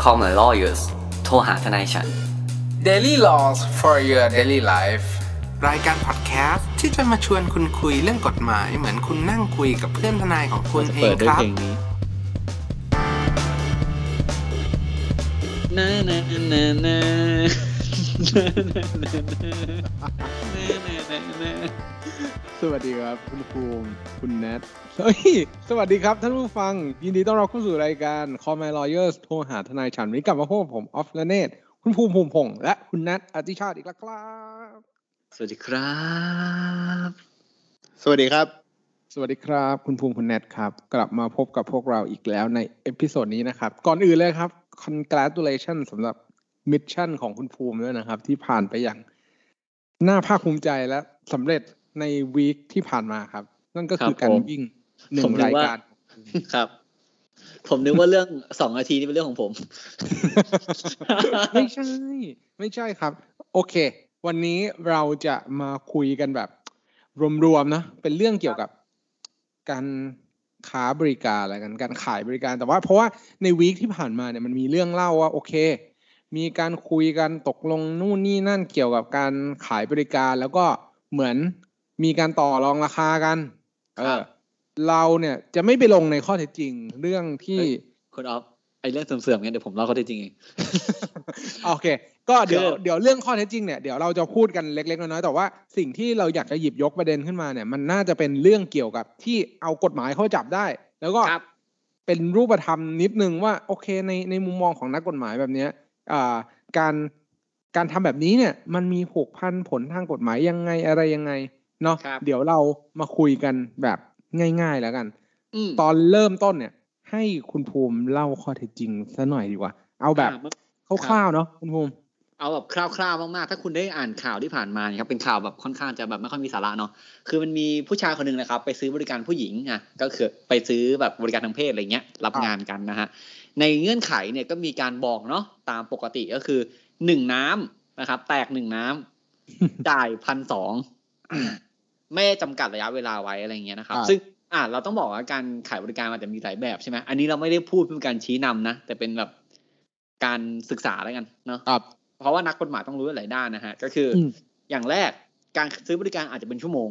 call my lawyers โทรหาทนายฉัน Daily Laws for your daily life รายการพอดแคสต์ที่จะมาชวนคุณคุยเรื่องกฎหมาย เหมือนคุณนั่งคุยกับเพื่อนทนายของคุณเอ เปิ ง ดคด้วย รับ เพลงนี้นะนะนะนะ สวัสดีครับ คุณภูมิคุณแนทเฮ้ยสวัสดีครับท่านผู้ฟัง ยินดีต้อนรับเข้าสู่รายการ Call My Lawyers โทรหาทนายฉัน วันนี้กลับมาพบกับผมออฟและเนตคุณภูมิภูมิพงษ์และคุณแนทอธิชาติอีกแล้วครับ สวัสดีครับ สวัสดีครับ สวัสดีครับ คุณภูมิคุณแนทครับ กลับมาพบกับพวกเราอีกแล้วในเอพิโซดนี้นะครับ ก่อนอื่นเลยครับ congratulation สำหรับมิชชั่นของคุณภูมิด้วยนะครับ ที่ผ่านไปอย่างน่าภาคภูมิใจและสำเร็จในวีคที่ผ่านมาครับ นั่นก็คือ ครับผม การวิ่งหนึ่ ผม ง นึก ราย ว่า การ ครับ ผมนึกว่าเรื่องสองนาทีนี่เป็นเรื่องของผม ไม่ใช่ ไม่ใช่ครับ โอเค วันนี้เราจะมาคุยกันแบบ รวมๆนะเป็นเรื่องเกี่ยวกับการค้าบริการอะไรกันการขายบริการแต่ว่า เพราะว่าในวีคที่ผ่านมาเนี่ยมันมีเรื่องเล่าว่าโอเค มีการคุยกันตกลงนู่นนี่นั่นเกี่ยวกับการขายบริการ แล้วก็เหมือนมีการต่อรองราคากันเอ ครั อบ เราเนี่ยจะไม่ไปลงในข้อเท็จจริงเรื่องที่ คุณออฟไอเรื่องเสื่อมๆเนี่ยเดี๋ยวผมเล่าเขาได้จริงเอง โอเค ก็เดี๋ยว คือ เดี๋ยวเรื่องข้อเท็จจริงเนี่ยเดี๋ยวเราจะพูดกันเล็กๆน้อยๆแต่ว่าสิ่งที่เราอยากจะหยิบยกประเด็นขึ้นมาเนี่ย มันน่าจะเป็นเรื่องเกี่ยวกับที่เอากฎหมายเข้าจับได้ แล้วก็ ครับ เป็นรูปธรรมนิดนึงว่าโอเคในในมุมมองของนักกฎหมายแบบเนี้ยอ่าการการทำแบบนี้เนี่ย มันมีผูกพันผลทางกฎหมายยังไงอะไรยังไงเนาะ ครับ เดี๋ยวเรามาคุยกันแบบง่าย ๆ แล้วกัน อืม ตอนเริ่มต้นเนี่ย ให้คุณภูมิเล่าข้อเท็จจริงซะหน่อยดีกว่า เอาแบบ อ่ะ คร่าวๆเนาะคุณภูมิ เอาแบบคร่าวๆมากๆ ถ้าคุณได้อ่านข่าวที่ผ่านมาเนี่ยครับ เป็นข่าวแบบค่อนข้างจะแบบไม่ค่อยมีสาระเนาะ คือมันมีผู้ชายคนหนึ่งนะครับ ไปซื้อบริการผู้หญิงอ่ะ ก็คือไปซื้อแบบบริการทางเพศอะไรเงี้ย รับงานกันนะฮะ ในเงื่อนไขเนี่ยก็มีการบอกเนาะตามปกติก็คือหนึ่งน้ำนะครับ แตกหนึ่งน้ำ จ่ายพันสองไม่จำกัดระยะเวลาไว้อะไรเงี้ยนะครับ อ่า ซึ่งอ่ะเราต้องบอกว่าการขายบริการมันจะมีหลายแบบใช่ไหมอันนี้เราไม่ได้พูดเพื่อการชี้นำนะแต่เป็นแบบการศึกษาแล้วกันเนาะ ครับ เพราะว่านักกฎหมายต้องรู้หลายด้านนะฮะ ก็คืออ ม อย่างแรกการซื้อบริการอาจจะเป็นชั่วโมง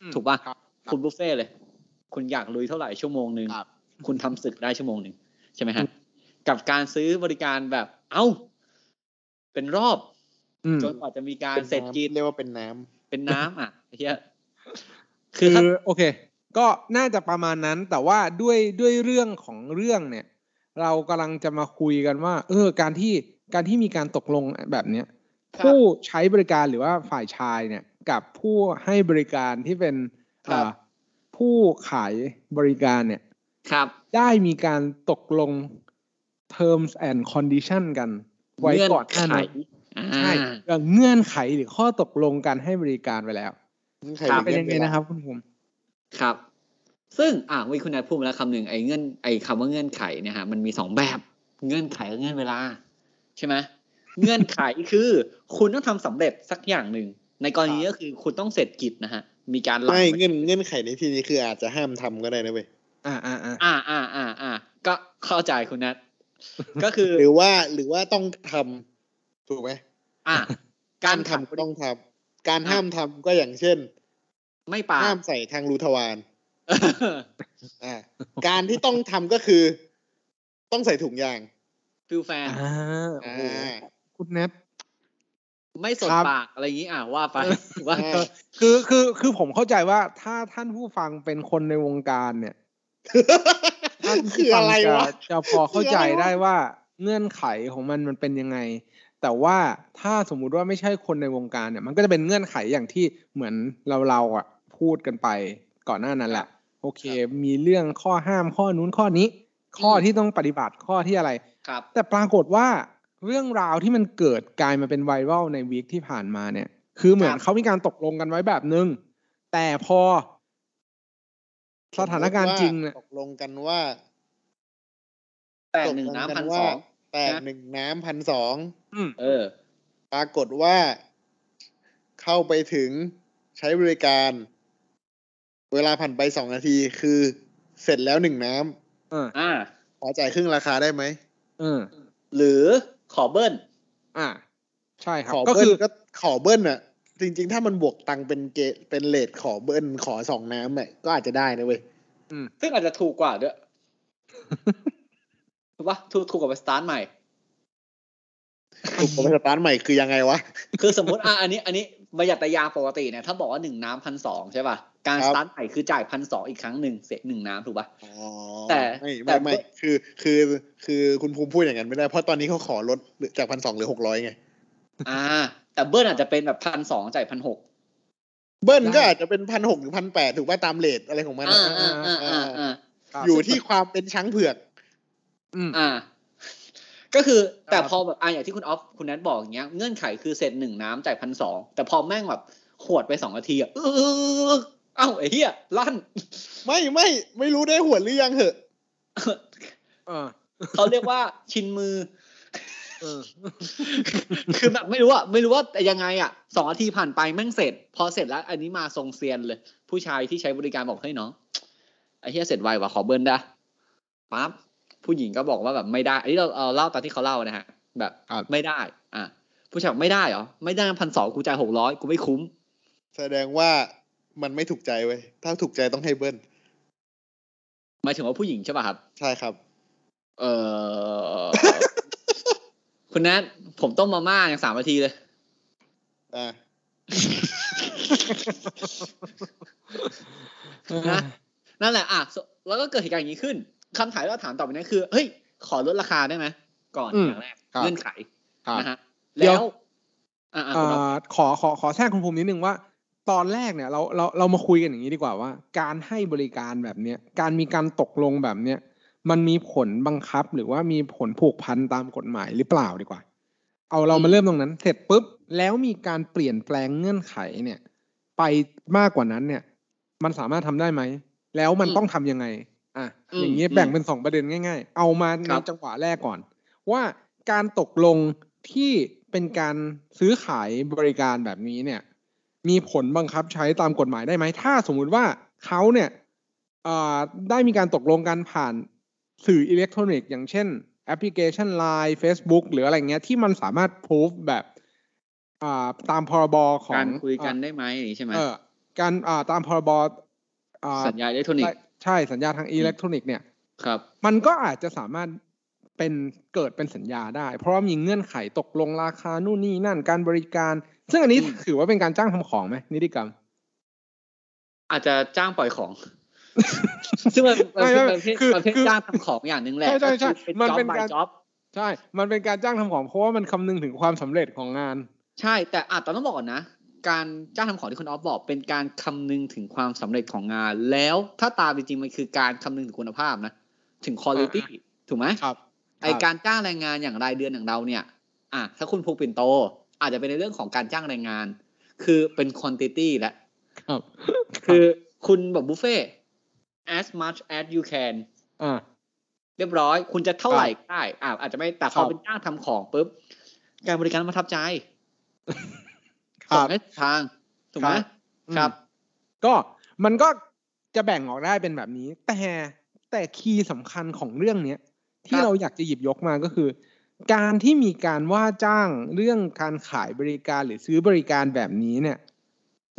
อืม ถูกป่ะ ครับ คุณบุฟเฟ่ต์เลย คุณอยากลุยเท่าไหร่ชั่วโมงหนึ่ง ครับ คุณทำศึกได้ชั่วโมงหนึ่งใช่ไหมฮะ กับการซื้อบริการแบบเอ้า เป็นรอบ อืม จนกว่าจะมีการ เป็น เสร็จ น้ำ กิน เรียกว่าเป็นน้ำ เป็นน้ำอ่ะไอ้เฮียคื คืออ ถ้า โอเค ก็น่าจะประมาณนั้น แต่ว่าด้วยด้วยเรื่องของเรื่องเนี่ย เรากำลังจะมาคุยกันว่า เออ การที่การที่มีการตกลงแบบเนี้ย ครับ ผู้ใช้บริการหรือว่าฝ่ายชายเนี่ย กับผู้ให้บริการที่เป็น ครับ อ่าผู้ขายบริการเนี่ย ครับ ได้มีการตกลง terms and condition กัน ไว้ เงื่อน ก่อนหน้า ไข นั้น อ่า ใช่เอ่อเงื่อนไขหรือข้อตกลงการให้บริการไปแล้ว ใคร ครับ เป็นยังไง วลา นะครับคุณภูมิ ครับ ซึ่งอ่ะเมื่อกี้คุณนายพูดมาแล้วคำหนึ่งไอ้เงื่อนไอ้คำว่าเงื่อนไขเนี่ยฮะมันมีสองแบบ เงื่อนไขกับเงื่อนเวลา ใช่ไหม เงื่อนไขคือ คุณต้องทำสำเร็จสักอย่างหนึ่งในกรณีก็คือคุณต้องเสร็จกิจนะฮะมีการหลัง ไม่เงื่อนเงื่อนไขในที่นี้คืออาจจะห้ามทำก็ได้นะเว้ย อ่าอ่าอ่า อ่าอ่าอ่าอ่าก็เข้าใจคุณนัทก็คือ หรือว่าหรือว่าต้องทำถูกไหม อ่าการ ทำ ทำ ก็ต้องทำการห้ามทำก็อย่างเช่น ไม่ปา ห้า ด มใส่ทางรูทวารอ่าการที่ต้องทำก็คือ ต้องใส่ถุงยาง ฟิลแฟน อ่าโอ้ อ่า โหคุณแนท ไม่สด ครับ ปากอะไรอย่างนี้อ่ะว่าไปว่า อ่า คือคือคือผมเข้าใจว่าถ้าท่านผู้ฟังเป็นคนในวงการเนี่ยท่าน คื ผู้ อ ฟั อะไร จะ วะ จะพอเข้าใจ คืออะไรวะ ได้ว่าเงื่อนไขของมันมันเป็นยังไง แต่ว่าถ้าสมมุติว่าไม่ใช่คนในวงการเนี่ย มันก็จะเป็นเงื่อนไขอย่างที่เหมือนเราเราๆอ่ะพูดกันไปก่อนหน้านั้นแหละ โอเค มีเรื่องข้อห้ามข้อนู้นข้อนี้ ข้อ อืม ที่ต้องปฏิบัติข้อที่อะไร ครับ แต่ปรากฏว่าเรื่องราวที่มันเกิดกลายมาเป็นไวรัลในวีคที่ผ่านมาเนี่ย คือเหมือนเขามีการตกลงกันไว้แบบนึง แต่พอ สถานการณ์จริงเนี่ย ตกลงกันว่า แตกหนึ่งน้ำพันสอง แตกหนึ่งน้ำพันสอง อืม เออ ปรากฏว่าเข้าไปถึงใช้บริการ เวลาผ่านไปสองนาทีคือเสร็จแล้วหนึ่งน้ เออ อ่า ำขอจ่ายครึ่งราคาได้ไหม เออ หรือขอเบิ้ล อ่า ใช่ครั ข บ อ ก็ เบิ้ คื ล อ ก็ขอเบิ้ลอ่ะ จริง ๆ ถ้ามันบวกตังค์เป็นเกตเป็นเลทขอเบิ้ลขอสองน้ำอ่ะก็อาจจะได้นะเว้ย ซึ่งอาจจะถูกกว่าด้วย ถูกปะถูกถูกกว่าไปสตาร์ทใหม่ ผมสตาร์ทใหม่คือยังไงวะ คือสมมติอ่ะอันนี้อันนี้ประหยัดระยะปกติเนี่ยถ้าบอกว่าหนึ่งน้ำพันสองใช่ป่ะ การ ครั ส บ ตาร์ทใหม่คือจ่ายพันสองอีกครั้งหนึ่งเสร็จหนึ่งน้ำถูกปะ อ๋อ แต่ ไม่ แต่ ไม่ไม่คือคือคือคุณภูมิพูดอย่างนั้นไม่ได้เพราะตอนนี้เขาขอลดจากพันสองหรือหกร้อยไง อ่า แต่เบิ้ลอาจจะเป็นแบบพันสองจ่ายพันหก เบิ้ลก็ ได้ อาจจะเป็นพันหกหรือพันแปดถูกป่ะตามเลทอะไรของมัน อ่า อะ อ่าอ่าอ่าอ่า ครับ อยู่ที่ความเป็นช้างเผือก อืม อ่า ก็คือแต่ ครับ พอแบบอ่าอย่างที่คุณออฟคุณนัทบอกอย่างเงี้ยเงื่อนไขคือเสร็จหนึ่งน้ำจ่ายพันสองแต่พอแม่งแบบขวดไปสองนาทีอ่ะเออเอ้าไอ้เหี้ยลั่น ไม่ไม่ไม่รู้ได้หัวหรือยังเหอะ เออ เขาเรียกว่าชินมือ เออ คือแบบไม่รู้อะไม่รู้ว่าแต่ยังไงอะสองนาทีผ่านไปแม่งเสร็จ พอเสร็จแล้ว อันนี้มาทรงเซียนเลย ผู้ชายที่ใช้บริการบอกเฮ้ยน้องไอ้เฮียเสร็จไวว่ะขอเบิร์นได้ปั๊บผู้หญิงก็บอกว่าแบบไม่ได้อันนี้เราเอาเล่าตามที่เขาเล่านะฮะ แบบ ครับ ไม่ได้ อ่ะผู้ชายบอกไม่ได้เหรอไม่ได้พันสองกูจ่ายหกร้อยกูไม่คุ้ม แสดงว่ามันไม่ถูกใจเว้ยถ้าถูกใจต้องให้เบิ้ล หมายถึงว่าผู้หญิงใช่ป่ะครับ ใช่ครับ เอ อ คุณนัทผมต้มมาม่าอย่างสามนาทีเลย อ่า นะ นั่นแหละอ่ะสแล้วก็เกิดเหตุการณ์อย่างนี้ขึ้นคำถามที่เราถามต่อไปนั้นคือ เฮ้ย ขอลดราคาได้ไหม ก่อน อืม อย่างแรก ครับ เงื่อนไข ครับ นะฮะ เดี๋ยว แล้ว อ่าอ่า เอ่อขอขอขอแทรกคุณภูมินิดนึงว่า ตอนแรกเนี่ยเราเราเรามาคุยกันอย่างนี้ดีกว่าว่า การให้บริการแบบเนี้ยการมีการตกลงแบบเนี้ยมันมีผลบังคับหรือว่ามีผลผูกพันตามกฎหมายหรือเปล่าดีกว่า เอาเรามาเริ่มตรงนั้น เสร็จปุ๊บแล้วมีการเปลี่ยนแปลงเงื่อนไขเนี่ย ไปมากกว่านั้นเนี่ย มันสามารถทำได้ไหม แล้วมันต้องทำยังไง อ่ะอย่างนี้ยแบ่งเป็นสองประเด็นง่าย ๆ เอามาในจังหวะแรกก่อน ว่าการตกลงที่เป็นการซื้อขายบริการแบบนี้เนี่ย มีผลบังคับใช้ตามกฎหมายได้ไหม ถ้าสมมุติว่าเขาเนี่ยเอ่อได้มีการตกลงกันผ่านสื่ออิเล็กทรอนิกส์อย่างเช่น แอปพลิเคชัน Line Facebook หรืออะไรเงี้ยที่มันสามารถพูฟแบบอ่าตามพรบของ การคุยกัน อ่า ได้ไหมอย่างนี้ใช่ไหม เออการอ่าตามพรบอ่า สัญญาอิเล็กทรอนิกส์ ใช่สัญญาทางอิเล็กทรอนิกส์เนี่ย ครับ มันก็อาจจะสามารถเป็นเกิดเป็นสัญญาได้ เพราะว่ามีเงื่อนไขตกลงราคานู่นนี่นั่นการบริการ ซึ่งอันนี้ อืม ถือว่าเป็นการจ้างทำของไหมนิติกรรม อาจจะจ้างปล่อยของ ซึ่งมันมัน ไม่ เป็น ไม่ ประเภท คือ ประเภท คือ จ้างทำของอย่างหนึ่งแหละ ใช่ใช่ใช่ ก็คือเป็น มัน จ็อบ เป็น บา การ จ็อบ ใช่ มันเป็นการจ้างทำของ เพราะว่ามันคำนึงถึงความสำเร็จของงาน ใช่ แต่อาจต้องบอกก่อนนะ การจ้างทำของที่คุณออฟบอก เป็นการคำนึงถึงความสำเร็จของงาน แล้วถ้าตามจริงๆมันคือการคำนึงถึงคุณภาพนะ ถึงคุณภาพถูกไหม ครับ ไอการจ้างแรงงานอย่างรายเดือนอย่างเราเนี่ย อ่ะถ้าคุณภูกปิ่นโต อาจจะเป็นในเรื่องของการจ้างแรงงาน คือเป็น quantity และ ครับ คือคุณแบบบุฟเฟ่ as much as you can อ่า เรียบร้อย คุณจะเท่าไหร่ก็ได้ อ่ะอาจจะไม่ แต่พอ ครับ เป็นจ้างทำของปุ๊บ การบริการประทับใจ ค ส่ รั ง บ ให้ทาง ถูกไหม ครับ ครับ ก็มันก็จะแบ่งออกได้เป็นแบบนี้ แต่แต่คีย์สำคัญของเรื่องเนี้ยที่ ครับ เราอยากจะหยิบยกมาก็คือ การที่มีการว่าจ้างเรื่องการขายบริการหรือซื้อบริการแบบนี้เนี่ย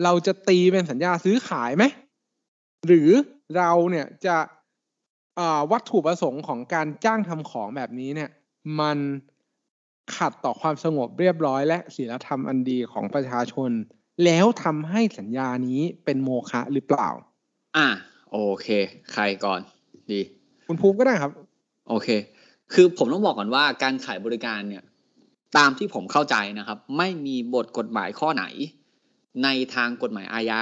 เราจะตีเป็นสัญญาซื้อขายไหม หรือเราเนี่ยจะอ่าวัตถุประสงค์ของการจ้างทำของแบบนี้เนี่ย มันขัดต่อความสงบเรียบร้อย และศีลธรรมอันดีของประชาชน แล้วทำให้สัญญานี้เป็นโมฆะหรือเปล่า อ่ะโอเค ใครก่อน ดี คุณภูมิก็ได้ครับ โอเค คือผมต้องบอกก่อนว่าการขายบริการเนี่ย ตามที่ผมเข้าใจนะครับ ไม่มีบทกฎหมายข้อไหน ในทางกฎหมายอาญา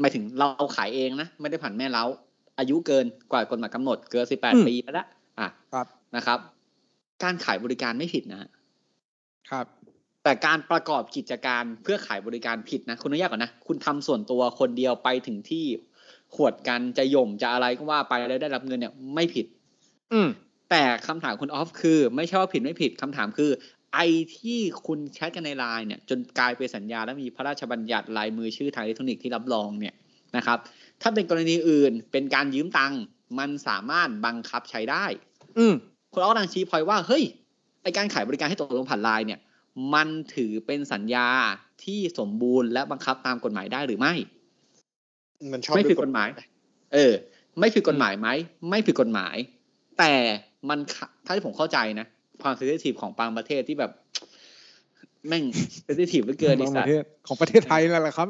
หมายถึงเราขายเองนะ ไม่ได้ผ่านแม่เล้า อายุเกินกว่ากฎหมายกำหนดเกิน อืม 18 ปีไปแล้วอ่ะ ครับ นะครับ การขายบริการไม่ผิดนะฮะ ครับ แต่การประกอบกิจการเพื่อขายบริการผิดนะ คุณอนุญาตก่อนนะ คุณทำส่วนตัวคนเดียวไปถึงที่ขวดกันจะหย่มจะอะไรก็ว่าไปแล้วได้รับเงินเนี่ยไม่ผิด อืม แต่คำถามคุณออฟคือ ไม่ใช่ว่าผิดไม่ผิดคำถามคือ ไอที่คุณแชทกันในไลน์เนี่ย จนกลายเป็นสัญญาและมีพระราชบัญญัติลายมือชื่อทางอิเล็กทรอนิกส์ที่รับรองเนี่ยนะครับ ถ้าเป็นกรณีอื่นเป็นการยืมตังค์มันสามารถบังคับใช้ได้ อืม คุณออฟกำลังชี้พอยว่า เฮ้ย ไอการขายบริการให้ตกลงผ่านไลน์เนี่ย มันถือเป็นสัญญาที่สมบูรณ์และบังคับตามกฎหมายได้หรือไม่ มันชอบ ไม่ ด้วย ผิดกฎหมาย เออ ไม่ผิดกฎหมายไหม ไม่ผิดกฎหมาย แต่มันขะถ้าที่ผมเข้าใจนะ ความเซนซิทีฟของบางประเทศที่แบบ แม่งเซนซิทีฟเหลือเกินไอ้ ของป สัต ระ ว์ เทศของประเทศไทยนั่นแหละครับ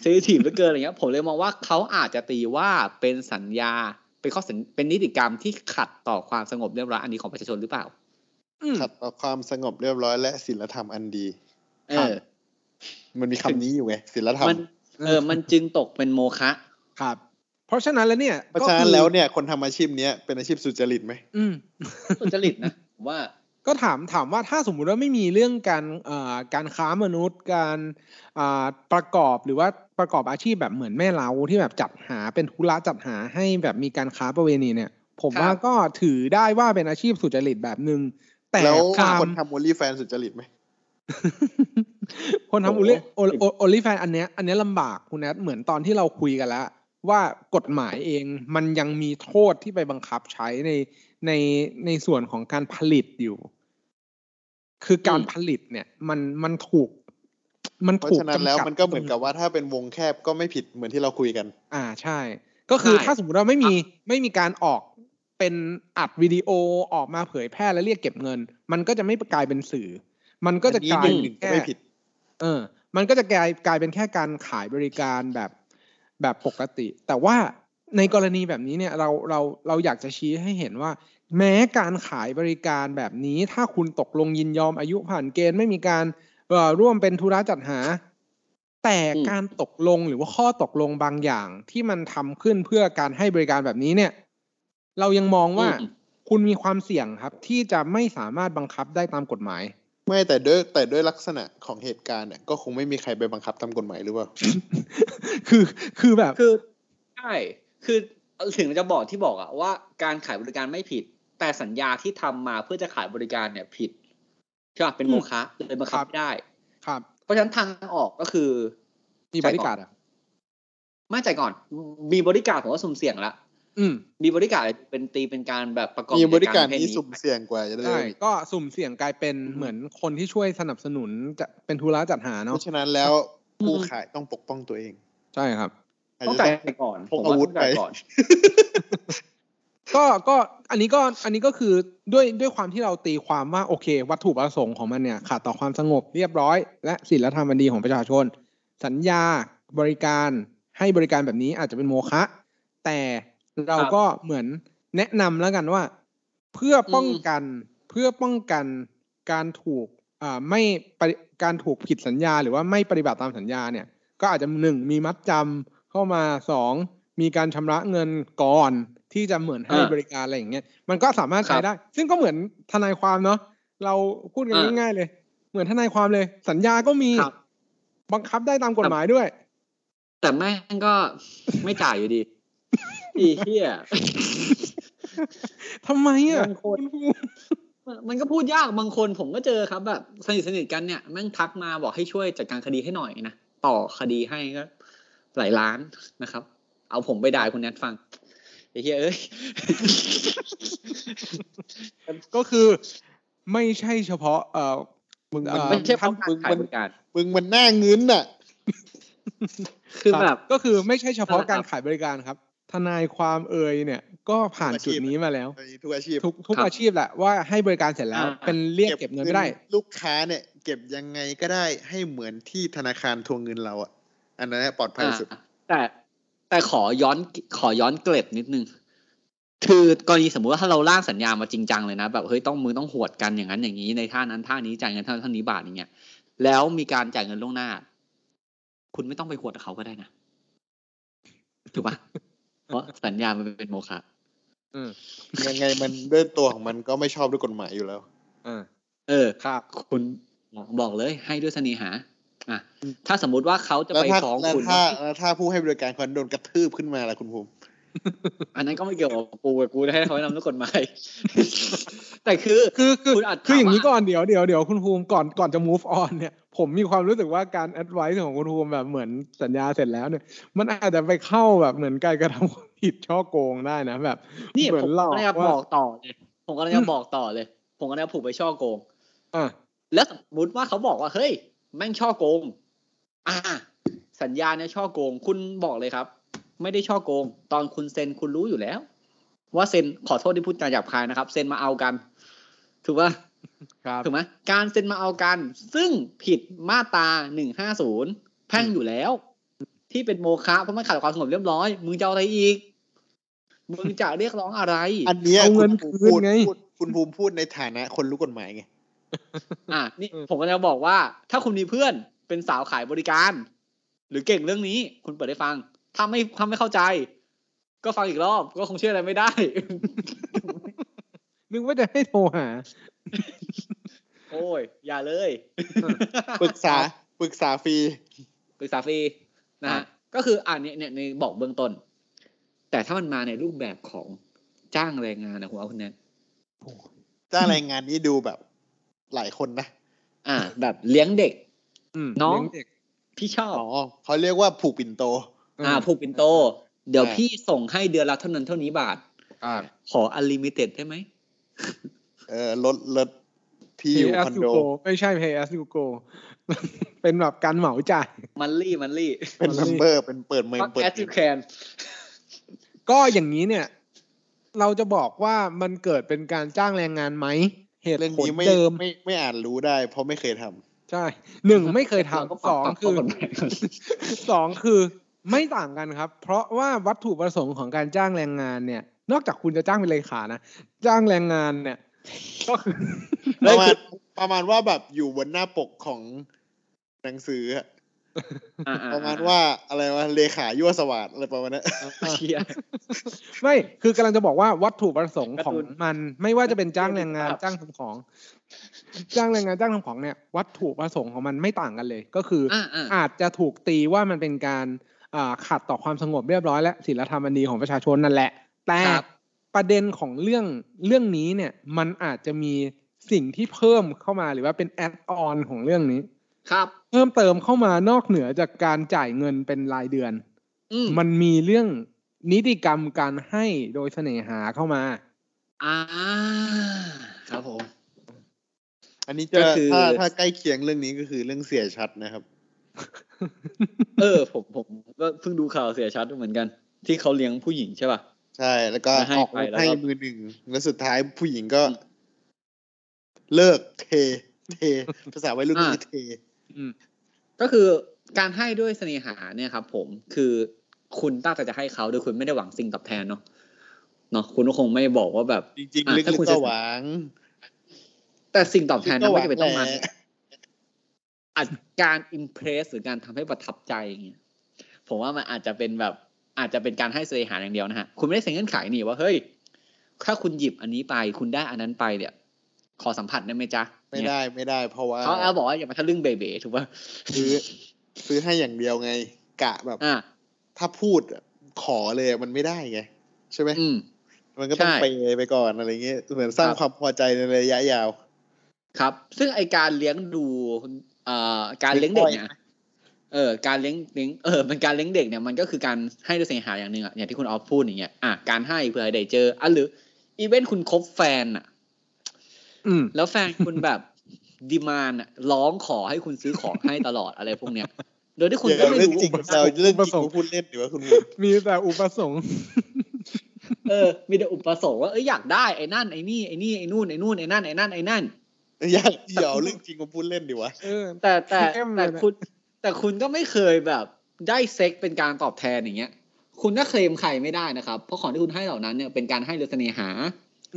เซนซิทีฟเหลือเกินอะไรเงี้ยผมเลยมองว่าเขาอาจจะตีว่าเป็นสัญญา เป็นข้อสัญเป็นนิติกรรมที่ขัดต่อความสงบเรียบร้อยอันนี้ของประชาชนหรือเปล่า อืม ขัดต่อความสงบเรียบร้อยและศีลธรรมอันดี เอ ครั อ บ มันมีคำนี้อยู่ไงศีลธรรม มันเออ มันจึงตกเป็นโมฆะ ครับ เพราะฉะนั้นแล้วเนี่ย เพราะ ก็ ฉะ คื นั้น อ แล้วเนี่ยคนทำอาชีพเนี้ยเป็นอาชีพสุจริตไหม อืม สุจริตนะผมว่า ก็ถามถามว่าถ้าสมมุติว่าไม่มีเรื่องการเอ่อการค้ามนุษย์ การอ่าประกอบหรือว่าประกอบอาชีพแบบเหมือนแม่เล้าที่แบบจัดหาเป็นธุระจัดหาให้แบบมีการค้าประเวณีเนี่ย ผม ครับ ว่าก็ถือได้ว่าเป็นอาชีพสุจริตแบบหนึ่งแต่ แล้ว ความ คนทำโอลี่แฟนสุจริตไหม คนทำ โอ้ อุ โห ลิโอโอโอลิแฟนอันเนี้ยอันเนี้ยลำบากคุณแอดเหมือนตอนที่เราคุยกันแล้ว ว่ากฎหมายเองมันยังมีโทษที่ไปบังคับใช้ในในในส่วนของการผลิตอยู่ คือการผลิตเนี่ยมันมันถูก มัน เพราะ ถูก ฉะนั้นแล้วมันก็เหมือนกับว่าถ้าเป็นวงแคบก็ไม่ผิดเหมือนที่เราคุยกัน อ่าใช่ ก็คือ ใช่ ถ้าสมมติว่าไม่มีไม่มีการออกเป็นอัดวิดีโอออกมาเผยแพร่และเรียกเก็บเงิน มันก็จะไม่กลายเป็นสื่อ มันก็จะกลาย อันนี้หนึ่ เป็นแค่งก็ไม่ผิด เออ มันก็จะกลายกลายเป็นแค่การขายบริการแบบแบบปกติ แต่ว่าในกรณีแบบนี้เนี่ยเราเราเราอยากจะชี้ให้เห็นว่า แม้การขายบริการแบบนี้ ถ้าคุณตกลงยินยอมอายุผ่านเกณฑ์ไม่มีการเอ่อร่วมเป็นธุระจัดหา แต่ อืม การตกลงหรือว่าข้อตกลงบางอย่างที่มันทำขึ้นเพื่อการให้บริการแบบนี้เนี่ย เรายังมองว่า อืม คุณมีความเสี่ยงครับ ที่จะไม่สามารถบังคับได้ตามกฎหมาย ไม่แต่ด้วยแต่ด้วยลักษณะของเหตุการณ์เนี่ยก็คงไม่มีใครไปบังคับตามกฎหมายหรือเปล่า คือคือแบบ คือใช่คือถึงจะบอกที่บอกอะว่าการขายบริการไม่ผิด แต่สัญญาที่ทำมาเพื่อจะขายบริการเนี่ยผิดใช่ป่ะเป็นโมฆะเลยบังคับไม่ได้ ครับ เพราะฉะนั้นทางออกก็คือ มีบริการอ่ะ ไม่ใจายก่อน มีบริการผมว่าสุ่มเสี่ยงละ อืม มีบริการเป็นตีเป็นการแบบประกอบ มีบริการ จปะเภท นี้สุ่มเสี่ยงกว่าจะได้ ใช่ เลย ก็สุ่มเสี่ยงกลายเป็นเหมือนคนที่ช่วยสนับสนุนจะเป็นธุระจัดหา เพ เนาะ ราะฉะนั้นแล้วผู้ขายต้องปกป้องตัวเอง ใช่ครับ อาจ ต้อง จะ จ่าย ต้อง ก่อน พกอาวุธ ผมต้งจ่ย ไป ก่อน ก็ก็อันนี้ก็อันนี้ก็คือด้วยด้วยความที่เราตีความว่าโอเค วัตถุประสงค์ของมันเนี่ยขาดต่อความสงบเรียบร้อย และศีลธรรมอันดีของประชาชน สัญญาบริการให้บริการแบบนี้อาจจะเป็นโมฆะแต่เรา ครับ ก็เหมือนแนะนำแล้วกันว่า เพื่อป้องกันเพื่อป้องกันการถูกอ่าไม่ปฏิการถูกผิดสัญญา หรือว่าไม่ปฏิบัติตามสัญญาเนี่ย ก็อาจจะหนึ่งมีมัดจำเข้ามาสองมีการชำระเงินก่อนที่จะเหมือนให้ อ่า บริการอะไรอย่างเงี้ยมันก็สามารถ ครั ใช้ บ ได้ ซึ่งก็เหมือนทนายความเนาะเราพูดกัน อ่า ง่ายๆเลย เหมือนทนายความเลย สัญญาก็มี ครับ บังคับได้ตามกฎหมายด้วย แต่แม่งก็ไม่จ่ายอยู่ ดีอีเหี้ย ทำไมอ่ะ บางคน มันก็พูดยากบางคนผมก็เจอครับแบบสนิทสนิทกันเนี่ยแม่งทักมาบอกให้ช่วยจัดการคดีให้หน่อยนะต่อคดีให้ก็หลายล้านนะครับ เอาผมไปด่าคุณแนทฟังไอ้เหี้ยเอ้ย ก็คือไม่ใช่เฉพาะเอ่อ มึง เอ่ มัน อไม่ใช่ ท่า เพาน การ มึง ขาย มัน บริการ มึงมันหน้าเงินน่ะ คือ รับ แบบ ก็คือไม่ใช่เฉพาะ นั่นแหละ การ ครับ ขายบริการครับ ทนายความเอ่ยเนี่ย ก็ผ่านจุดนี้มาแล้ว ในทุกอาชีพ ทุกทุก ครับ อาชีพแหละว่าให้บริการเสร็จแล้ว อ่า เป็นเรียกเก็บเงินก็ได้ ลูกค้าเนี่ย เก็บยังไงก็ได้ให้เหมือนที่ธนาคารทวงเงินเราอ่ะอันนั้นนะปลอดภัยสุด อ่าแต่แต่ขอย้อนขอย้อนเกล็ดนิดนึง คือกรณีสมมุติว่าถ้าเราล่างสัญญามาจริงจังเลยนะ แบบเฮ้ยต้องมือต้องหวดกันอย่างนั้นอย่างนี้ในท่านั้นท่านี้จ่ายเงินเท่าเท่านี้บาทอย่างเงี้ยแล้วมีการจ่ายเงินล่วงหน้า คุณไม่ต้องไปหวดกับเขาก็ได้นะถูกปะ เพราะสัญญามันเป็นโมฆะ อืม ยังไงมันด้วยตัวของมันก็ไม่ชอบด้วยกฎหมายอยู่แล้ว อ่า เออ ครับ คุณบอกเลยให้ด้วยเสน่หา อ่ะถ้าสมมุติว่าเขาจะ แล้ว ไป ถ้า ฟ้อง แล้ว คุณ ถ้าแล้วถ้าผู้ให้บริการคนโดนกระทืบขึ้นมาล่ะคุณภูมิ อันนั้นก็ไม่เกี่ยวกับกูกูให้เขาแนะนำเรื่องกฎห มาย แต่คือ คือคือ คุณอาจ คืออย่างนี้ ถามว่า ก่อนเดี๋ยวเดี๋ยวเดี๋ยวคุณภูมิก่อนก่อนจะ move on เนี่ยผมมีความรู้สึกว่าการ advice ของคุณภูมิแบบเหมือนสัญญาเสร็จแล้วเนี่ย มันอาจจะไปเข้าแบบเหมือนการกระทำความผิดช่อโกงได้นะแบบ นี่ เหมือ ผ น ม หลอก กำลังจะ ว่า บอกต่อเลย ผมกำลังจะบอกต่อเลย ผ ผมก็ได้ผูกไปช่อโกง อ่ะ แล้วสมมติว่าเขาบอกว่าเฮ้ย แม่งช่อโกง อ่า สัญญาเนี่ยช่อโกง คุณบอกเลยครับ ไม่ได้ช่อโกง ตอนคุณเซ็นคุณรู้อยู่แล้ว ว่าเซ็นขอโทษที่พูดการหยาบคายนะครับ เซ็นมาเอากัน ถูกป่ะ ครับ ถูกไหมการเซ็นมาเอากัน ซึ่งผิดมาตราหนึ่งห้าศูนย์แพ่งอยู่แล้ว ที่เป็นโมฆะเพราะมันขัดความสงบเรียบร้อย มึงจะเอาอะไรอีก มึงจะเรียกร้องอะไร อันเนี้ย เอาเงิน คุณ คืน ภูมิ ไง พูดคุณภูมิพูดในฐานะคนรู้กฎหมายไง อ่ะนี่ เออ ผมก็จะบอกว่า ถ้าคุณมีเพื่อนเป็นสาวขายบริการ หรือเก่งเรื่องนี้ คุณเปิดได้ฟัง ถ้าไม่ถ้าไม่เข้าใจ ก็ฟังอีกรอบ ก็คงเชื่ออะไรไม่ได้ นึกว่าจะให้โทรหา โอ้ย อย่าเลย ปรึกษาปรึกษาฟรี ปรึกษาฟรีนะฮะก็คืออ่านเนี่ยเนี่ยในบอกเบื้องต้น แต่ถ้ามันมาในรูปแบบของจ้างแรงงานนะผมเอาคนนี้น จ้างแรงงานนี้ดูแบบหลายคนนะ อ่า แบบเลี้ยงเด็ก อืม น้อง เลี้ยเด็ก พี่ชอบ อ๋อเขาเรียกว่าผูกปิ่นโต อ่าผูกปินโต เดี๋ยว อ่า พี่ส่งให้เดือนละเท่านั้นเท่านี้บาท อ่า ขออ n l ลิมิเต็ดได้ไหม เออรถรถที่ ที่ อยู่ แอ ค ส อน ยู โด โกไม่ใช่ Pay as you go เป็นแบบการเหมาจ่าย มันลี่มันลี่ เป็นเมมเบอร์ เป็นเปิดเมม Fuck เปิด as you can ก็อย่างนี้เนี่ย เราจะบอกว่ามันเกิดเป็นการจ้างแรงงานไหม เหตุ เรื่อง ผล นี้ไม่ เดิม ไม่ไม่อาจรู้ได้ เพราะไม่เคยทำ ใช่หนึ่งไม่เคย เราก็ปทำส รับ อง ปรับ คือ ข้อกฎหมายก่อน สองคือไม่ต่างกันครับ เพราะว่าวัตถุประสงค์ของการจ้างแรงงานเนี่ย นอกจากคุณจะจ้างเป็นเลขานะ จ้างแรงงานเนี่ย ก็คือ ป เฮ้ ระ ย มา คื ณ อ ประมาณว่าแบบอยู่บนหน้าปกของหนังสืออะ อ่ ประมาณว่าอะไรวะเลขายั่วสวัสดอะไรประมาณนั้น อ่าเชีย ไม่คือกำลังจะบอกว่าวัตถุประสงค์ การ์ ขอ ตู ง น มัน ไม่ว่าจะเป็นจ้างแรงงาน ภาพ จ้างทำของ จ้างแรงงานจ้างทำของเนี่ย วัตถุประสงค์ของมันไม่ต่างกันเลย ก็คืออ อ่าอ่า อาจจะถูกตีว่ามันเป็นการอ่าขัดต่อความสงบเรียบร้อยและศีลธรรมอันดีของประชาชนนั่นแหละ แต่ ครับ ประเด็นของเรื่องเรื่องนี้เนี่ย มันอาจจะมีสิ่งที่เพิ่มเข้ามาหรือว่าเป็นแอดออนของเรื่องนี้ ครับ เพิ่มเติมเข้ามานอกเหนือจากการจ่ายเงินเป็นรายเดือน อืม มันมีเรื่องนิติกรรมการให้โดยเสน่หาเข้ามา อ่า ครับผม อันนี้ ก็ จะ คือ ถ้าถ้าใกล้เคียงเรื่องนี้ก็คือเรื่องเสียชัดนะครับ เออ ผมผมก็เพิ่งดูข่าวเสียชัดเหมือนกัน ที่เขาเลี้ยงผู้หญิงใช่ป่ะ ใช่แล้วก็ ให้ ออก ไปแล้ว ให้ ครับ มือหนึ่งแล้วสุดท้ายผู้หญิงก็ เลิกเท เท ภาษาวัยรุ่นนี่เท ก็คือการให้ด้วยเสน่หาเนี่ยครับผมคือคุณตั้งใจจะให้เขาโดยคุณไม่ได้หวังสิ่งตอบแทนเนาะเนาะคุณก็คงไม่บอกว่าแบบ จริง อ่ะ ๆลึก ถ้า ๆ คุณ ก็ จะ หวัง แต่สิ่งตอบแทนนั้นไม่จำเป็นต้องมา ก็หวังแหละ อาจการอิมเพรสหรือการทำให้ประทับใจอย่างเงี้ยผมว่ามันอาจจะเป็นแบบ อาจจะเป็นการให้เสน่หาอย่างเดียวนะฮะ คุณไม่ได้เสียเงื่อนไขนี่ว่าเฮ้ย ถ้าคุณหยิบอันนี้ไป คุณได้อันนั้นไปเนี่ย ขอสัมผัสได้ไหมจ๊ะ ไม่ได้ไม่ได้ เพราะว่า เนี่ยเขาเอาบอกว่าอย่ามาทะลึ่งเบ๋ๆถูกป่ะ ซื้อซื้อให้อย่างเดียวไง กะแบบ อ่า ถ้าพูดขอเลยมันไม่ได้ไง ใช่ไหม อืม มันก็ต้อง ใช่ เปย์ไปก่อนอะไรเงี้ยเหมือนสร้าง ครับ ความพอใจในระยะยาว ครับ ซึ่งไอการเลี้ยงดูเอ่อการเลี้ยงเด็กเนี่ยเออการเลี้ยงเลี้ยงเออมันการเลี้ยงเด็กเนี่ยมันก็คือการให้ด้วยเสน่หาอย่างหนึ่งอะอย่างที่คุณออฟพูดอย่างเงี้ยอ่ะการให้เพื่อให้ได้เจออ่ะหรืออีเวนต์คุณคบแฟนอ่ะ อืม แล้วแฟนคุณแบบ ดีมานอะร้องขอให้คุณซื้อของให้ตลอดอะไรพวกเนี้ย โดยที่คุณ เดี๋ยว ก็ไม่ เรื่อง รู้ จริง อุปสร เรา รค เรื่องจ อุป ริง สรรค กูพูดเล่นหรือว่าคุณ มีแต่อุปสงค์ เออมีแต่อุปสรรคว่าเอ้ยอยากได้ไอ้นั่นไอ้นี่ไอ้นี่ไอ้นู่นไอ้นู่นไอ้นั่นไอ้นั่นไอ้นั่น อยากเดี๋ยวเรื่องจริงกูพูดเล่นดีวะ เออ แต่แต่ เข้มเลยนะ แต่คุณแต่คุณก็ไม่เคยแบบได้เซ็กเป็นการตอบแทนอย่างเงี้ย คุณก็เคลมใครไม่ได้นะครับ เพราะของที่คุณให้เหล่านั้นเนี่ยเป็นการให้โดยเสน่หา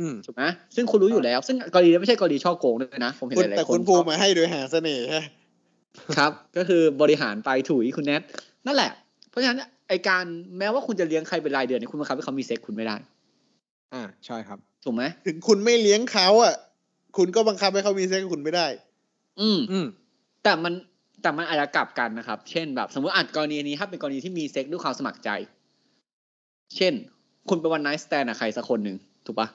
อืม ถูกไหมซึ่งคุณรู้อยู่แล้ว ซึ่งกรณีนี้ไม่ใช่กรณีช่อโกงด้วยนะ ผมเห็น คุ ห ณ ลา แต่ ยๆค คุ น ณภูมิมาให้โดยหาเสน่ห์ฮะ ครับ ก็คือบริหารไปถุยคุณแนทนั่นแหละ เพราะฉะนั้นไอการแม้ว่าคุณจะเลี้ยงใครเป็นรายเดือนเนี่ยคุณบังคับให้เขามีเซ็กคุณไม่ได้ อ่า ใช่ครับ ถูกไหม ถึงคุณไม่เลี้ยงเขาอ่ะ คุณก็บังคับให้เขามีเซ็กกับคุณไม่ได้ อืม อืม แต่มันแต่มันอาจจะกลับกันนะครับ เช่นแบบ สมมติอาจกรณีนี้ถ้าเป็นกรณีที่มีเซ็กด้วยความสมัครใจ เช่น คุณไปวันไนท์สแตนอะใครสักคนหนึ่งถูกปะ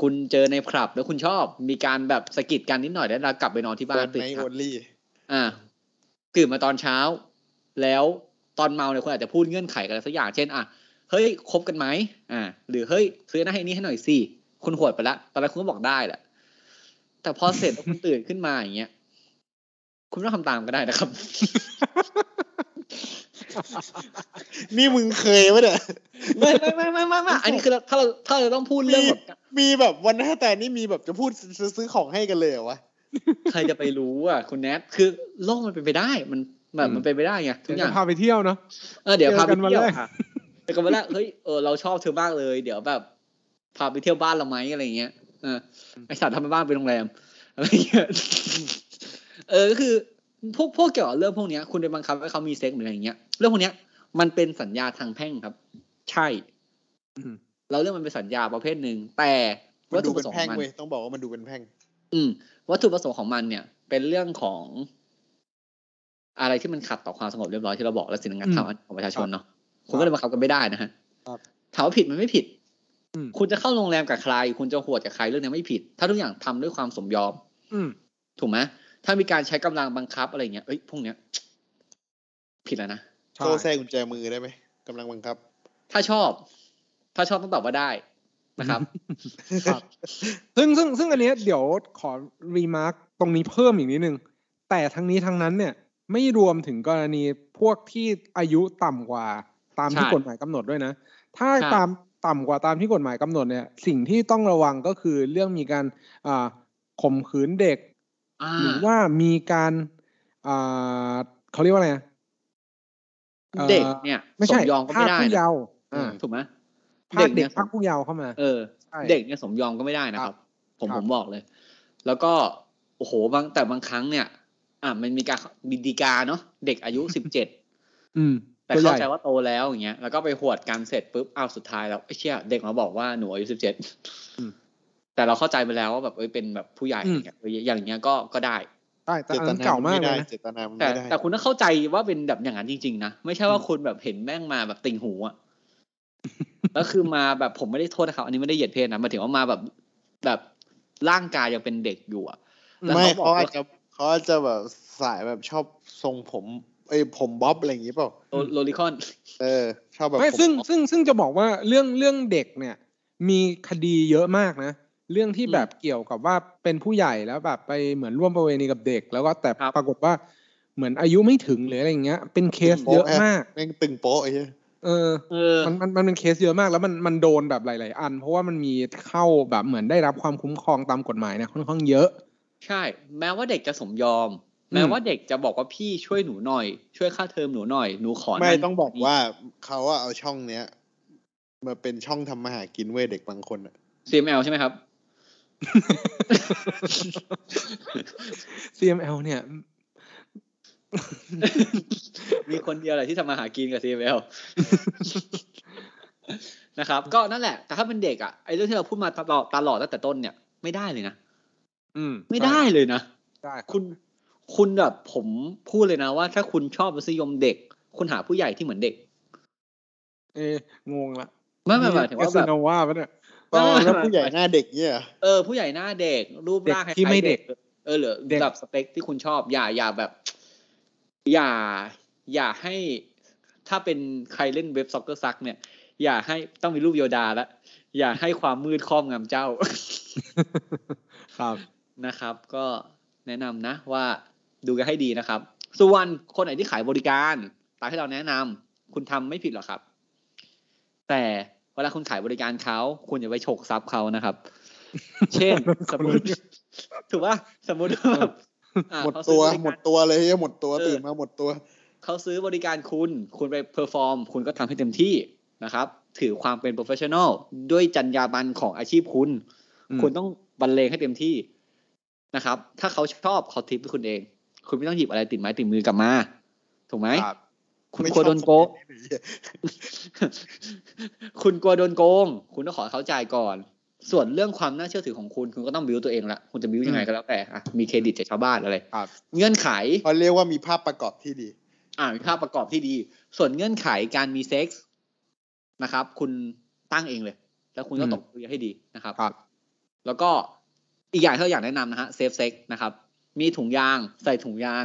คุณเจอในคลับแล้วคุณชอบมีการแบบสะกิดกันนิดหน่อยแล้วเรากลับไปนอนที่บ้า เปิ น ด ตื่ ใน น โอ เช้าน ลี่ อ่าตื่นมาตอนเช้า แล้วตอนเมาเนี่ยคุณอาจจะพูดเงื่อนไขกันอะไรสักอย่างเช่นอ่ะเฮ้ยคบกันไหมอ่า หรือเฮ้ยซื้อหน้าให้นี่ให้หน่อยสิคุณหวดไปละตอนแรกคุณก็บอกได้แหละ แต่พอเสร็จแล้วคุณตื่นขึ้นมาอย่างเงี้ยคุณไม่ต้องทำตามก็ได้นะครับ นี่มึงเคยปะเนี่ย ไม่ไม่ไม่ไม่ไม่ไม่อันนี้คือเราถ้าเราถ้าเราต้องพูดเรื่องแบบ มีแบบวันหน้าแต่นี่มีแบบจะพูดซื้อของให้กันเลยเหรอวะ ใครจะไปรู้อ่ะคุณแนทคือโลกมันเป็นไปได้ มันแบบมันเป็นไปได้ไงทุ เดี๋ย ก ว อย่าจะง พาไปเที่ยวเนาะ เออเดี๋ยวพาไป เจอกันวัน เที่ยว แรก ค่ะแต่กันวันแรกเฮ้ยเออเราชอบเธอมากเลย เดี๋ยวแบบพาไปเที่ยวบ้านเราไหมอะไรเงี้ยเออไอสัตว์ทำไปบ้านไปนโรงแรมอะไรเงี้ย เออก็คือพวกพวกเกี่ยวกับเรื่องพวกเนี้ยคุณไปบังคับให้เขามีเซ็กหรืออะไรเงี้ยเรื่องพวกเนี้ยมันเป็นสัญญาทางแพ่งครับ ใช่ อืม เราเรื่องมันเป็นสัญญาประเภทหนึ่งแต่ มัน วัต ดู ถุป เป็น ระสงค์ แพ่ง ของมัน เว้ย ต้องบอกว่ามันดูเป็นแพ่ง อืมวัตถุประสงค์ของมันเนี่ย เป็นเรื่องของ อะไรที่มันขัดต่อความสงบเรียบร้อยที่เราบอกและสิ่งงานทางของประชาชนเนาะคุณก็เลยบังคับกันไม่ได้นะฮะ ครับ ถามว่าผิดมันไม่ผิด อืม คุณจะเข้าโรงแรมกับใคร คุณจะหวดกับใครเรื่องเนี้ยไม่ผิด ถ้าทุกอย่างทำด้วยความสมยอม อืม ถูกไหมถ้ามีการใช้กำลังบังคับอะไรเงี้ยเอ้ยพวกเนี้ย ผิดแล้วนะ ใช่ โซ่แทรกกุญแจมือได้ไหมกำลังบังคับ ถ้าชอบ ถ้าชอบต้องตอบว่าได้ นะครับ ครับ ซึ่งซึ่งซึ่งอันเนี้ยเดี๋ยวขอรีมาร์คตรงนี้เพิ่มอีกนิดนึง แต่ทั้งนี้ทั้งนั้นเนี่ย ไม่รวมถึงกรณีพวกที่อายุต่ำกว่าตามที่ ใช่ กฎหมายกำหนดด้วยนะ ถ้า ใช่ ตามต่ำกว่าตามที่กฎหมายกำหนดเนี่ย สิ่งที่ต้องระวังก็คือเรื่องมีการอ่าข่มขืนเด็ก อ่า หรือว่ามีการอ่าเขาเรียกว่าอะไรอะ เอ่อ เด็กเนี่ย ไม่ ส ใช่ มยอมก็ ภา ไม่ ค ได้ ผู้ นะ เยาว์อ่า ถูกไหม ภาค เด็กเด็ก เนี่ย ภาคผู้เยาว์เข้ามา เออ ใช่ เด็กเนี่ยสมยอมก็ไม่ได้นะครับ ผม ครับ ผมบอกเลย แล้วก็โอ้โหบางแต่บางครั้งเนี่ย อ่ะมันมีการมีดีกาเนาะเด็กอา ยุ สิบเจ็ด อืม แต่ ตัวเข้าใหญ่ ใจว่าโตแล้วอย่างเงี้ยแล้วก็ไปหวดกันเสร็จปุ๊บอ้าวสุดท้ายแล้วไอ้เชี่ยเด็กมาบอกว่าหนูอายุสิบเจ็ดแต่เราเข้าใจไปแล้วว่าแบบเอ้ยเป็นแบบผู้ใหญ่อย่างเงี้ยเอ้ยอย่างเงี้ยก็ก็ได้ ใช่แต่ เจ อัน ต นั้น นา เก่าน มาก ไม่ เล ได้ ยนะ เจตนามัน แต่ ไม่ได้ แต่คุณต้องเข้าใจว่าเป็นแบบอย่างนั้นจริงๆนะไม่ใช่ว่าคุณแบบเห็นแม่งมาแบบติ่งหู อะแล้วคือมาแบบผมไม่ได้โทษนะครับอันนี้ไม่ได้เหยียดเพศนะหมายถึงว่ามาแบบแบบร่างกายยังเป็นเด็กอยู่อะแล้ว ไม่ เขาบอก เขาอาว่าจจะเขาอาจจะแบบสายแบบชอบทรงผมเอ้ยผมบ๊อบอะไรอย่างงี้เปล่า โลโลลิคอน เออ ชอบแบบ ไม่ ผม ซึ่งซึ่งซึ่งจะบอกว่าเรื่องเรื่องเด็กเนี่ย มีคดีเยอะมากนะ เรื่องที่ อืม แบบเกี่ยวกับว่าเป็นผู้ใหญ่แล้วแบบไปเหมือนร่วมประเวณีกับเด็ก แล้วก็แต่ ครับ ปรากฏว่าเหมือนอายุไม่ถึงหรืออะไรอย่างเงี้ย เป็นเคสเยอะมาก แม่งตึงโป๊ะไอ้เหี้ย เออ เออ มันมันมันเป็นเคสเยอะมากแล้วมันมันโดนแบบหลาย ๆ อัน เพราะว่ามันมีเข้าแบบเหมือนได้รับความคุ้มครองตามกฎหมายนะค่อนข้างเยอะ ใช่ แม้ว่าเด็กจะสมยอม อืม แม้ว่าเด็กจะบอกว่าพี่ช่วยหนูหน่อย ช่วยค่าเทอมหนูหน่อยหนูขอนั่น ไม่ต้องบอกว่าเขาอะเอาช่องเนี้ยมาเป็นช่องทำมาหากินเว้ยเด็กบางคนอะ CML ใช่ไหมครับ CML เนี่ย มีคนเดียวแหละที่ทำมาหากินกับ CML นะครับ ก็นั่นแหละ แต่ถ้าเป็นเด็กอ่ะไอ้เรื่องที่เราพูดมาตลอดตลอดตั้งแต่ต้นเนี่ย ไม่ได้เลยนะ อืม ไม่ได้เลยนะ ใช่ คุณคุณแบบผมพูดเลยนะว่าถ้าคุณชอบรสนิยมเด็ก คุณหาผู้ใหญ่ที่เหมือนเด็ก เอะงงละ ไม่ไม่หมายถึงว่า แบ แบบ บ ว่าปะเนี่ย เออ แล้วผู้ใหญ่หน้าเด็กเนี่ย เออผู้ใหญ่หน้าเด็ก รูปร่าง เด็ก คล้ายๆ ที่ไม่เด็ก เออเหรือ เด็ก แบบสเปคที่คุณชอบ อย่าอย่าแบบ อย่า อย่าให้ถ้าเป็นใครเล่นเว็บซ็อกเกอร์ซัก เนี่ย อย่าให้ต้องมีรูปโยดาละอย่าให้ความมืดครอบงำเจ้า ครับ นะครับ ก็แนะนำนะว่าดูกันให้ดีนะครับ ส่วนคนไหนที่ขายบริการตามที่เราแนะนำคุณทำไม่ผิดหรอกครับ แต่เวลาคุณขายบริการเขาคุณอย่าไปฉกทรัพย์เขานะครับ เช่น สมมติถือว่าสมมติว่าแบบอ่ะ หมด เขาซื้ ตัว อบริ หม การดตัวเลยเหี้ยหมดตัว เออ ตื่นมาหมดตัว เขาซื้อบริการคุณ คุณไปเพอร์ฟอร์ม คุณก็ทำให้เต็มที่นะครับ ถือความเป็นโปรเฟชชั่นอลด้วยจรรยาบรรณของอาชีพคุณ อืม คุณต้องบรรเลงให้เต็มที่นะครับ ถ้าเขาชอบเขาทิปให้คุณเอง คุณไม่ต้องหยิบอะไรติดไม้ติดมือกลับมา ถูกไหม ครับ คุณ ไม่ กลัว ช โด อบ นโกง สมัยนี้เลย คุณกลัวโดนโกง คุณต้องขอเขาจ่ายก่อน ส่วนเรื่องความน่าเชื่อถือของคุณ คุณก็ต้องบิวตัวเองละ คุณจะบิวยังไงก็แล้วแต่อ่ะมีเครดิตจากชาวบ้านอะไร ครับ เงื่อนไข เขาเรียกว่ามีภาพประกอบที่ดี อ่ามีภาพประกอบที่ดี ส่วนเงื่อนไขการมีเซ็กส์นะครับ คุณตั้งเองเลย แล้วคุณก็ อืม ตกลงให้ดีนะครับ ครับ แล้วก็อีกอย่างที่เราอยากแนะนำนะฮะเซฟเซ็กนะครับ มีถุงยางใส่ถุงยาง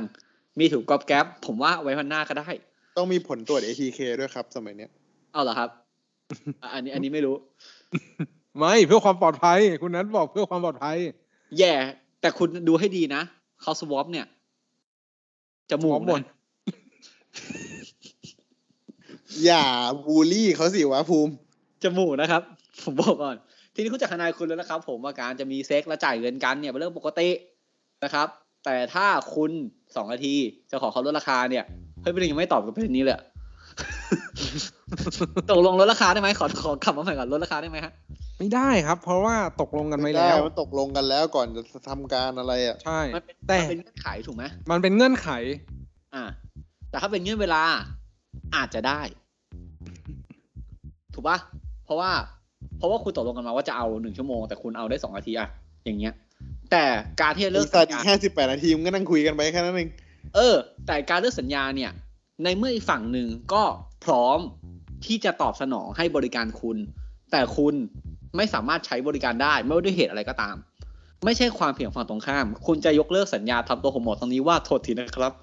มีถุงก๊อบแก๊ปผมว่าไว้วันหน้าก็ได้ ต้องมีผลตรวจ ATK ด้วยครับ สมัยเนี้ย เอาเหรอ ครับอ่ะอันนี้อันนี้ไม่รู้ ไม่เพื่อความปลอดภัย คุณนัทบอกเพื่อความปลอดภัย แย่ แต่คุณดูให้ดีนะเขาสวอปเนี่ยจมูก หมด นะ อย่าบูลลี่เขาสิวะภูมิ จมูกนะครับ ผมบอกก่อน ทีนี้คุณจากทนายคุณแล้วนะครับ ผมว่าการจะมีเซ็กและจ่ายเงินกันเนี่ยเป็นเรื่องปกตินะครับ แต่ถ้าคุณสองนาทีจะขอเขาลดราคาเนี่ยเฮ้ยพี่หนึ่งยังไม่ตอบกับประเด็นนี้เลยอะ ตกลงลดราคาได้ไหมขอขอกลับมาใหม่ก่อนลดราคาได้ไหมฮะ ไม่ได้ครับ เพราะว่าตกลงกัน ไม่ ไม่ ได้ แล้ว มันตกลงกันแล้วก่อนจะทำการอะไรอ่ะ ใช่ มันเป็น แต่ มันเป็นเงื่อนไขถูกไหม มันเป็นเงื่อนไข อ่า แต่ถ้าเป็นเงื่อนเวลาอาจจะได้ ถูกปะเพราะว่า เพราะว่าคุณตกลงกันมาว่าจะเอาหนึ่งชั่วโมง แต่คุณเอาได้สองนาทีอะอย่างเงี้ย แต่การที่จะ เลิ เลิ ก ก ตั สั ด ญ อีก ญา ห้าสิบแปดนาทีมึงก็นั่งคุยกันไปแค่นั้นเอง เออ แต่การเลิกสัญญาเนี่ย ในเมื่ออีกฝั่งหนึ่งก็พร้อมที่จะตอบสนองให้บริการคุณ แต่คุณไม่สามารถใช้บริการได้ไม่ว่าด้วยเหตุอะไรก็ตาม ไม่ใช่ความผิดของฝั่งตรงข้าม คุณจะยกเลิกสัญญาทำตัวของหมอตรงนี้ว่าโทษทีนะครับ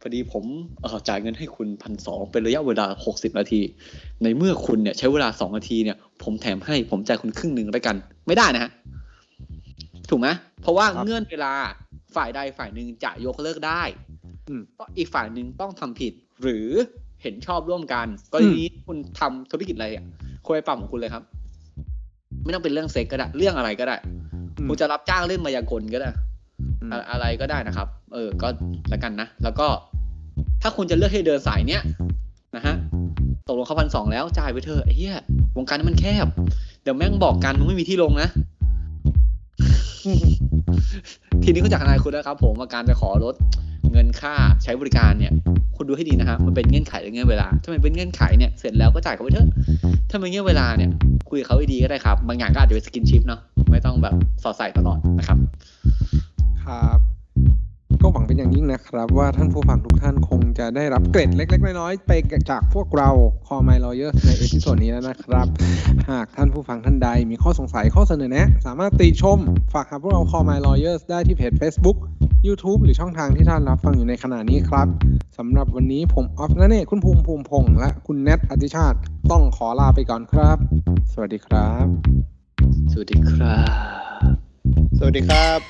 พอดีผมเอ่อจ่ายเงินให้คุณพันสองเป็นระยะเวลา 60 นาที ในเมื่อคุณเนี่ยใช้เวลา 2 นาทีเนี่ย ผมแถมให้ผมจ่ายคุณครึ่งหนึ่งแล้วกัน ไม่ได้นะฮะ ถูกไหมเพราะว่า ครับ เงื่อนเวลาฝ่ายใดฝ่ายหนึ่งจะยกเลิกได้ อืม ก็อีกฝ่ายหนึ่งต้องทำผิดหรือเห็นชอบร่วมกันกรณีนี้คุณทำธุรกิจอะไรอ่ะคุยปรับของคุณเลยครับ ไม่ต้องเป็นเรื่องเซ็กก็ได้ เรื่องอะไรก็ได้ อืม คุณจะรับจ้างเล่นมายากลก็ได้ อืม อะอะไรก็ได้นะครับ เออ ก็แล้วกันนะ แล้วก็ถ้าคุณจะเลือกให้เดินสายเนี้ยนะฮะ ตกลงเขาพันสองแล้วจ่ายไปเถอะไอ้เหี้ยวงการนี้มันแคบ เดี๋ยวแม่งบอกกันมึงไม่มีที่ลงนะ ทีนี้คุณจากทนายคุณนะครับ ผมว่าการจะขอลดเงินค่าใช้บริการเนี่ย คุณดูให้ดีนะฮะ มันเป็นเงื่อนไขหรือเงื่อนเวลา ถ้ามันเป็นเงื่อนไขเนี่ย เสร็จแล้วก็จ่ายเขาไปเถอะ ถ้ามันเงื่อนเวลาเนี่ย คุยกับเขาให้ดีก็ได้ครับ บางอย่างก็อาจจะเป็นสกินชิปเนาะ ไม่ต้องแบบสอดใส่ตลอดนะครับ ครับ ก็หวังเป็นอย่างยิ่งนะครับ ว่าท่านผู้ฟังทุกท่านคงจะได้รับเกร็ดเล็ก ๆ น้อยๆไปจากพวกเราคอ My Lawyers ในเอพิโซดนี้แล้วนะครับ หากท่านผู้ฟังท่านใดมีข้อสงสัยข้อเสนอแนะ สามารถติชม ฝากหาพวกเราคอ My Lawyers ได้ที่เพจ Facebook YouTube หรือช่องทางที่ท่านรับฟังอยู่ในขณะนี้ครับสำหรับวันนี้ผมออฟนเน่คุณภูมิภูมิพงษ์และคุณแนทอธิชาติต้องขอลาไปก่อนครับ สวัสดีครับ สวัสดีครับ สวัสดีครับ